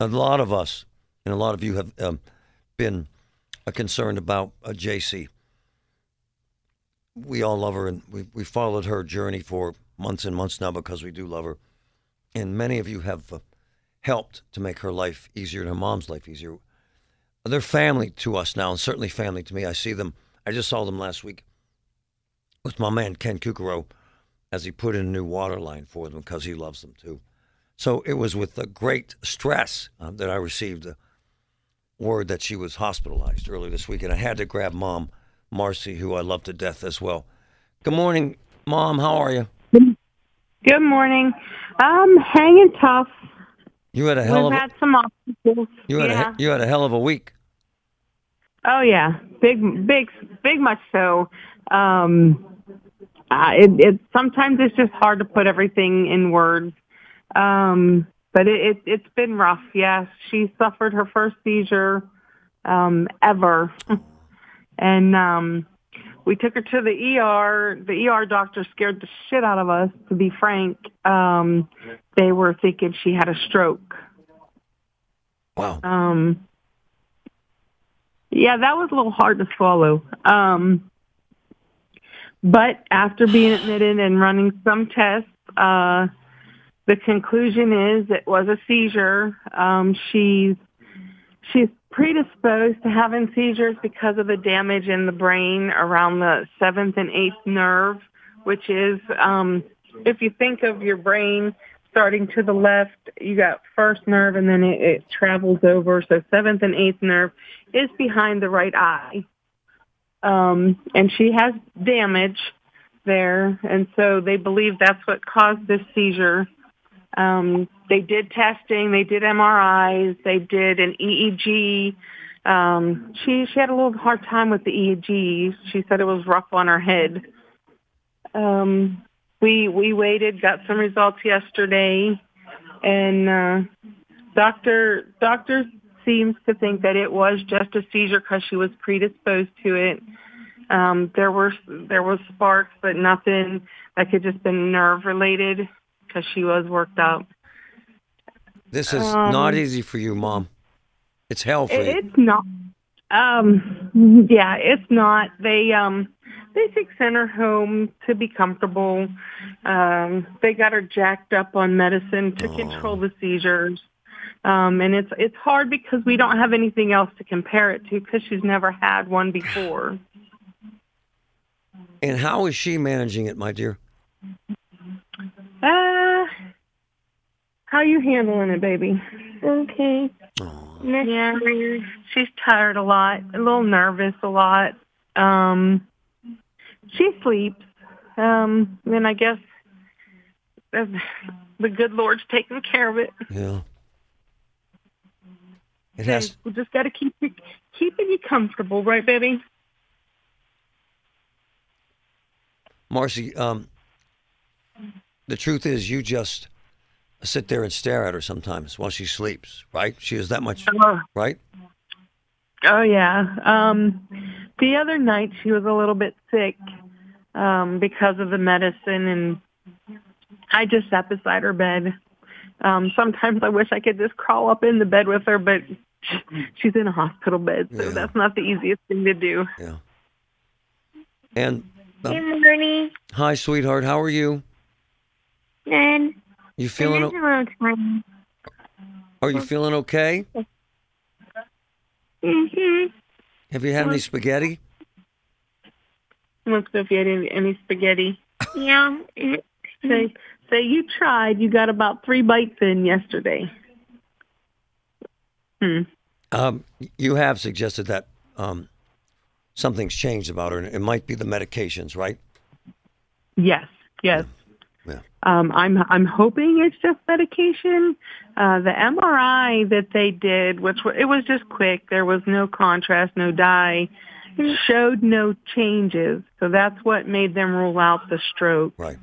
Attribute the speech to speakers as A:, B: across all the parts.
A: a lot of us and a lot of you have um, been uh, concerned about uh, JC. We all love her, and we we followed her journey for months and months now because we do love her. And many of you have uh, helped to make her life easier and her mom's life easier. They're family to us now, and certainly family to me. I see them. I just saw them last week with my man Ken Kukuro as he put in a new water line for them because he loves them too. So it was with the great stress uh, that I received the word that she was hospitalized earlier this week, and I had to grab mom, Marcy, who I love to death as well. Good morning, mom. How are you?
B: Good morning. I'm hanging tough.
A: You had a hell
B: We've
A: of
B: had
A: a,
B: some obstacles.
A: you had
B: yeah.
A: a, you had a hell of a week.
B: oh yeah, big, big, big, much so. Um, uh, it, it sometimes it's just hard to put everything in words. Um, but it, it it's been rough. Yeah, she suffered her first seizure um, ever, and um, we took her to the ER. The ER doctor scared the shit out of us. To be frank, um, they were thinking she had a stroke.
A: Wow.
B: Um, yeah, that was a little hard to swallow. Um, but after being admitted and running some tests, uh, the conclusion is it was a seizure. Um, she's she's predisposed to having seizures because of the damage in the brain around the seventh and eighth nerve, which is um, if you think of your brain starting to the left, you got first nerve and then it, it travels over. So seventh and eighth nerve is behind the right eye. Um, and she has damage there. And so they believe that's what caused this seizure. Um, they did testing. They did MRIs. They did an EEG. Um, she, she had a little hard time with the EEG. She said it was rough on her head. Um, we we waited, got some results yesterday, and uh, doctor doctor seems to think that it was just a seizure because she was predisposed to it. Um, there were there was sparks, but nothing that could just been nerve related because she was worked up.
A: This is
B: um,
A: not easy for you, mom. It's hell for you.
B: It, it's not. Um, yeah, it's not. They um, they take her home to be comfortable. Um, they got her jacked up on medicine to control the seizures. Um, and it's it's hard because we don't have anything else to compare it to because she's never had one before.
A: And how is she managing it, my dear?
B: Uh, how you handling it, baby? Okay. Yeah, she's tired a lot, a little nervous a lot. Um, she sleeps. Um, and I guess that's- the good Lord's taking care of it.
A: Yeah. It has.
B: We just got to keep you, keeping you comfortable, right, baby?
A: Marcy, um, the truth is, you just sit there and stare at her sometimes while she sleeps, right? She is that much,
B: Uh,
A: right?
B: Oh yeah. Um the other night she was a little bit sick um because of the medicine and I just sat beside her bed. Um sometimes I wish I could just crawl up in the bed with her but she's in a hospital bed so
A: Yeah.
B: that's not the easiest thing to do.
A: Yeah. And uh,
C: Good morning,
A: hi, sweetheart. How are you?
C: and
A: You
C: it
A: feeling?
C: is a
A: o-
C: little tiny.
A: Are you feeling okay?
B: Mm-hmm.
A: Have you had any spaghetti?
B: Let's see if you had any, any spaghetti.
D: Yeah.
B: Say, say you tried. You got about three bites in yesterday. Hmm.
A: Um, you have suggested that um, something's changed about her, and it might be the medications, right?
B: Yes. Yes.
A: Yeah.
B: Um, I'm I'm hoping it's just medication. Uh, the MRI that they did, which wa- it was just quick. There was no contrast, no dye. It showed no changes, so that's what made them rule out the stroke.
A: Right.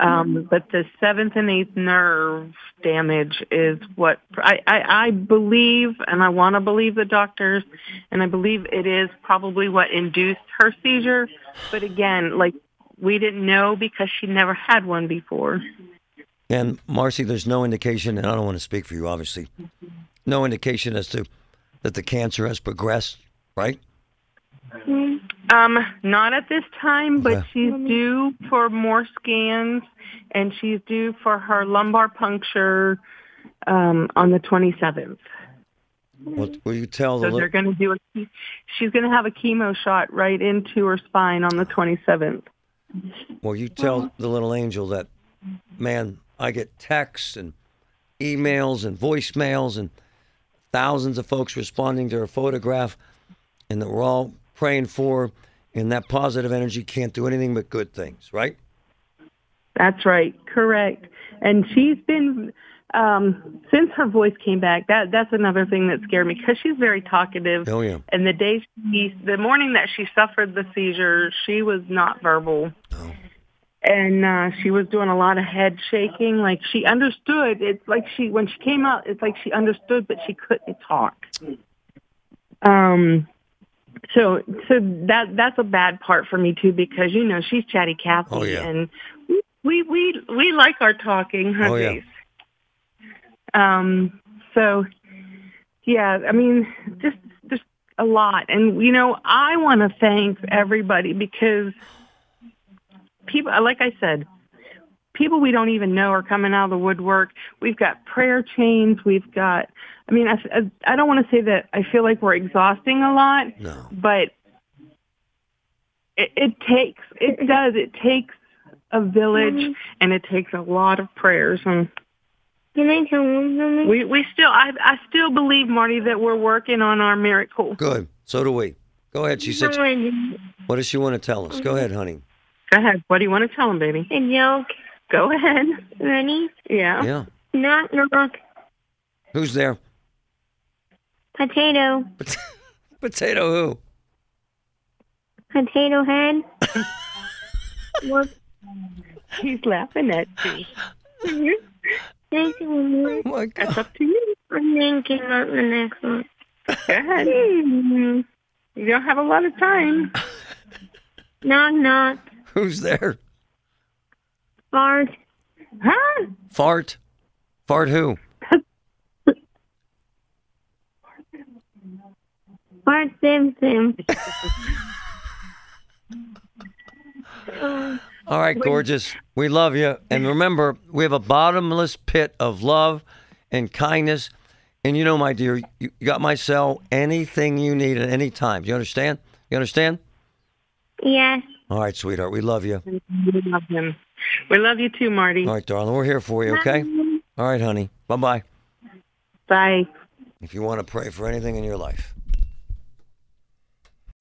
B: Um, but the seventh and eighth nerve damage is what I, I, I believe, and I want to believe the doctors, and I believe it is probably what induced her seizure. But again, like we didn't know because she never had one before.
A: And Marcy, there's no indication, and I don't want to speak for you, obviously. No indication as to that the cancer has progressed, right?
B: Um, not at this time, but
A: Okay.
B: she's due for more scans, and she's due for her lumbar puncture um, on the 27th.
A: What will you tell the
B: So they're
A: little,
B: going to do a. che- She's going to have a chemo shot right into her spine on the 27th.
A: will you tell the little angel that, man, I get texts and emails and voicemails and thousands of folks responding to her photograph, and that we're all praying for, her, and that positive energy can't do anything but good things, right?
B: That's right, correct. And she's been um, since her voice came back. That that's another thing that scared me because she's very talkative.
A: Oh yeah.
B: And the day she, the morning that she suffered the seizure, she was not verbal.
A: Oh.
B: And uh, she was doing a lot of head shaking. Like she understood. It's like she, when she came out, it's like she understood, but she couldn't talk. Um, so, so that, that's a bad part for me too, because, you know, she's chatty Cathy
A: Oh, yeah.
B: and we, we, we like our talking, huh?
A: Oh, yeah.
B: Jace? Um, so yeah, I mean, just just a lot. And you know, I want to thank everybody because people, like I said, people we don't even know are coming out of the woodwork. We've got prayer chains. We've got. I mean, I, I, I don't want to say that I feel like we're exhausting a lot,
A: No.
B: but it, it takes. It does. It takes a village, and it takes a lot of prayers. And
D: Can I tell them something?
B: we we still I I still believe Marty that we're working on our miracle.
A: Good. So do we. Go ahead. She said.
D: Someone-
A: What does she want to tell us? Go ahead, honey.
B: Go ahead. What do you want to tell him, baby?
D: a joke.
B: Go ahead.
D: Ready?
B: Yeah.
A: Yeah.
D: Knock knock.
A: Who's there?
D: Potato.
A: Pot- Potato who?
D: Potato head. Look.
B: He's laughing at you.
D: Thank you. Mom.
A: Oh my God.
B: That's up to you.
D: I'm thinking about the next one.
B: Go ahead. You don't have a lot of time.
D: Knock knock.
A: Who's there?
D: Fart.
B: Huh?
A: Fart. Fart who?
D: Fart sim sim.
A: All right, gorgeous. We love you. And remember, we have a bottomless pit of love and kindness. And you know, my dear, you, you got my cell. Anything you need at any time. Do you understand? You understand?
D: Yes.
A: All right, sweetheart. We love you.
B: We love him. We love you too, Marty.
A: All right, darling. We're here for you, okay? All right, honey. Bye bye.
B: Bye.
A: If you want to pray for anything in your life.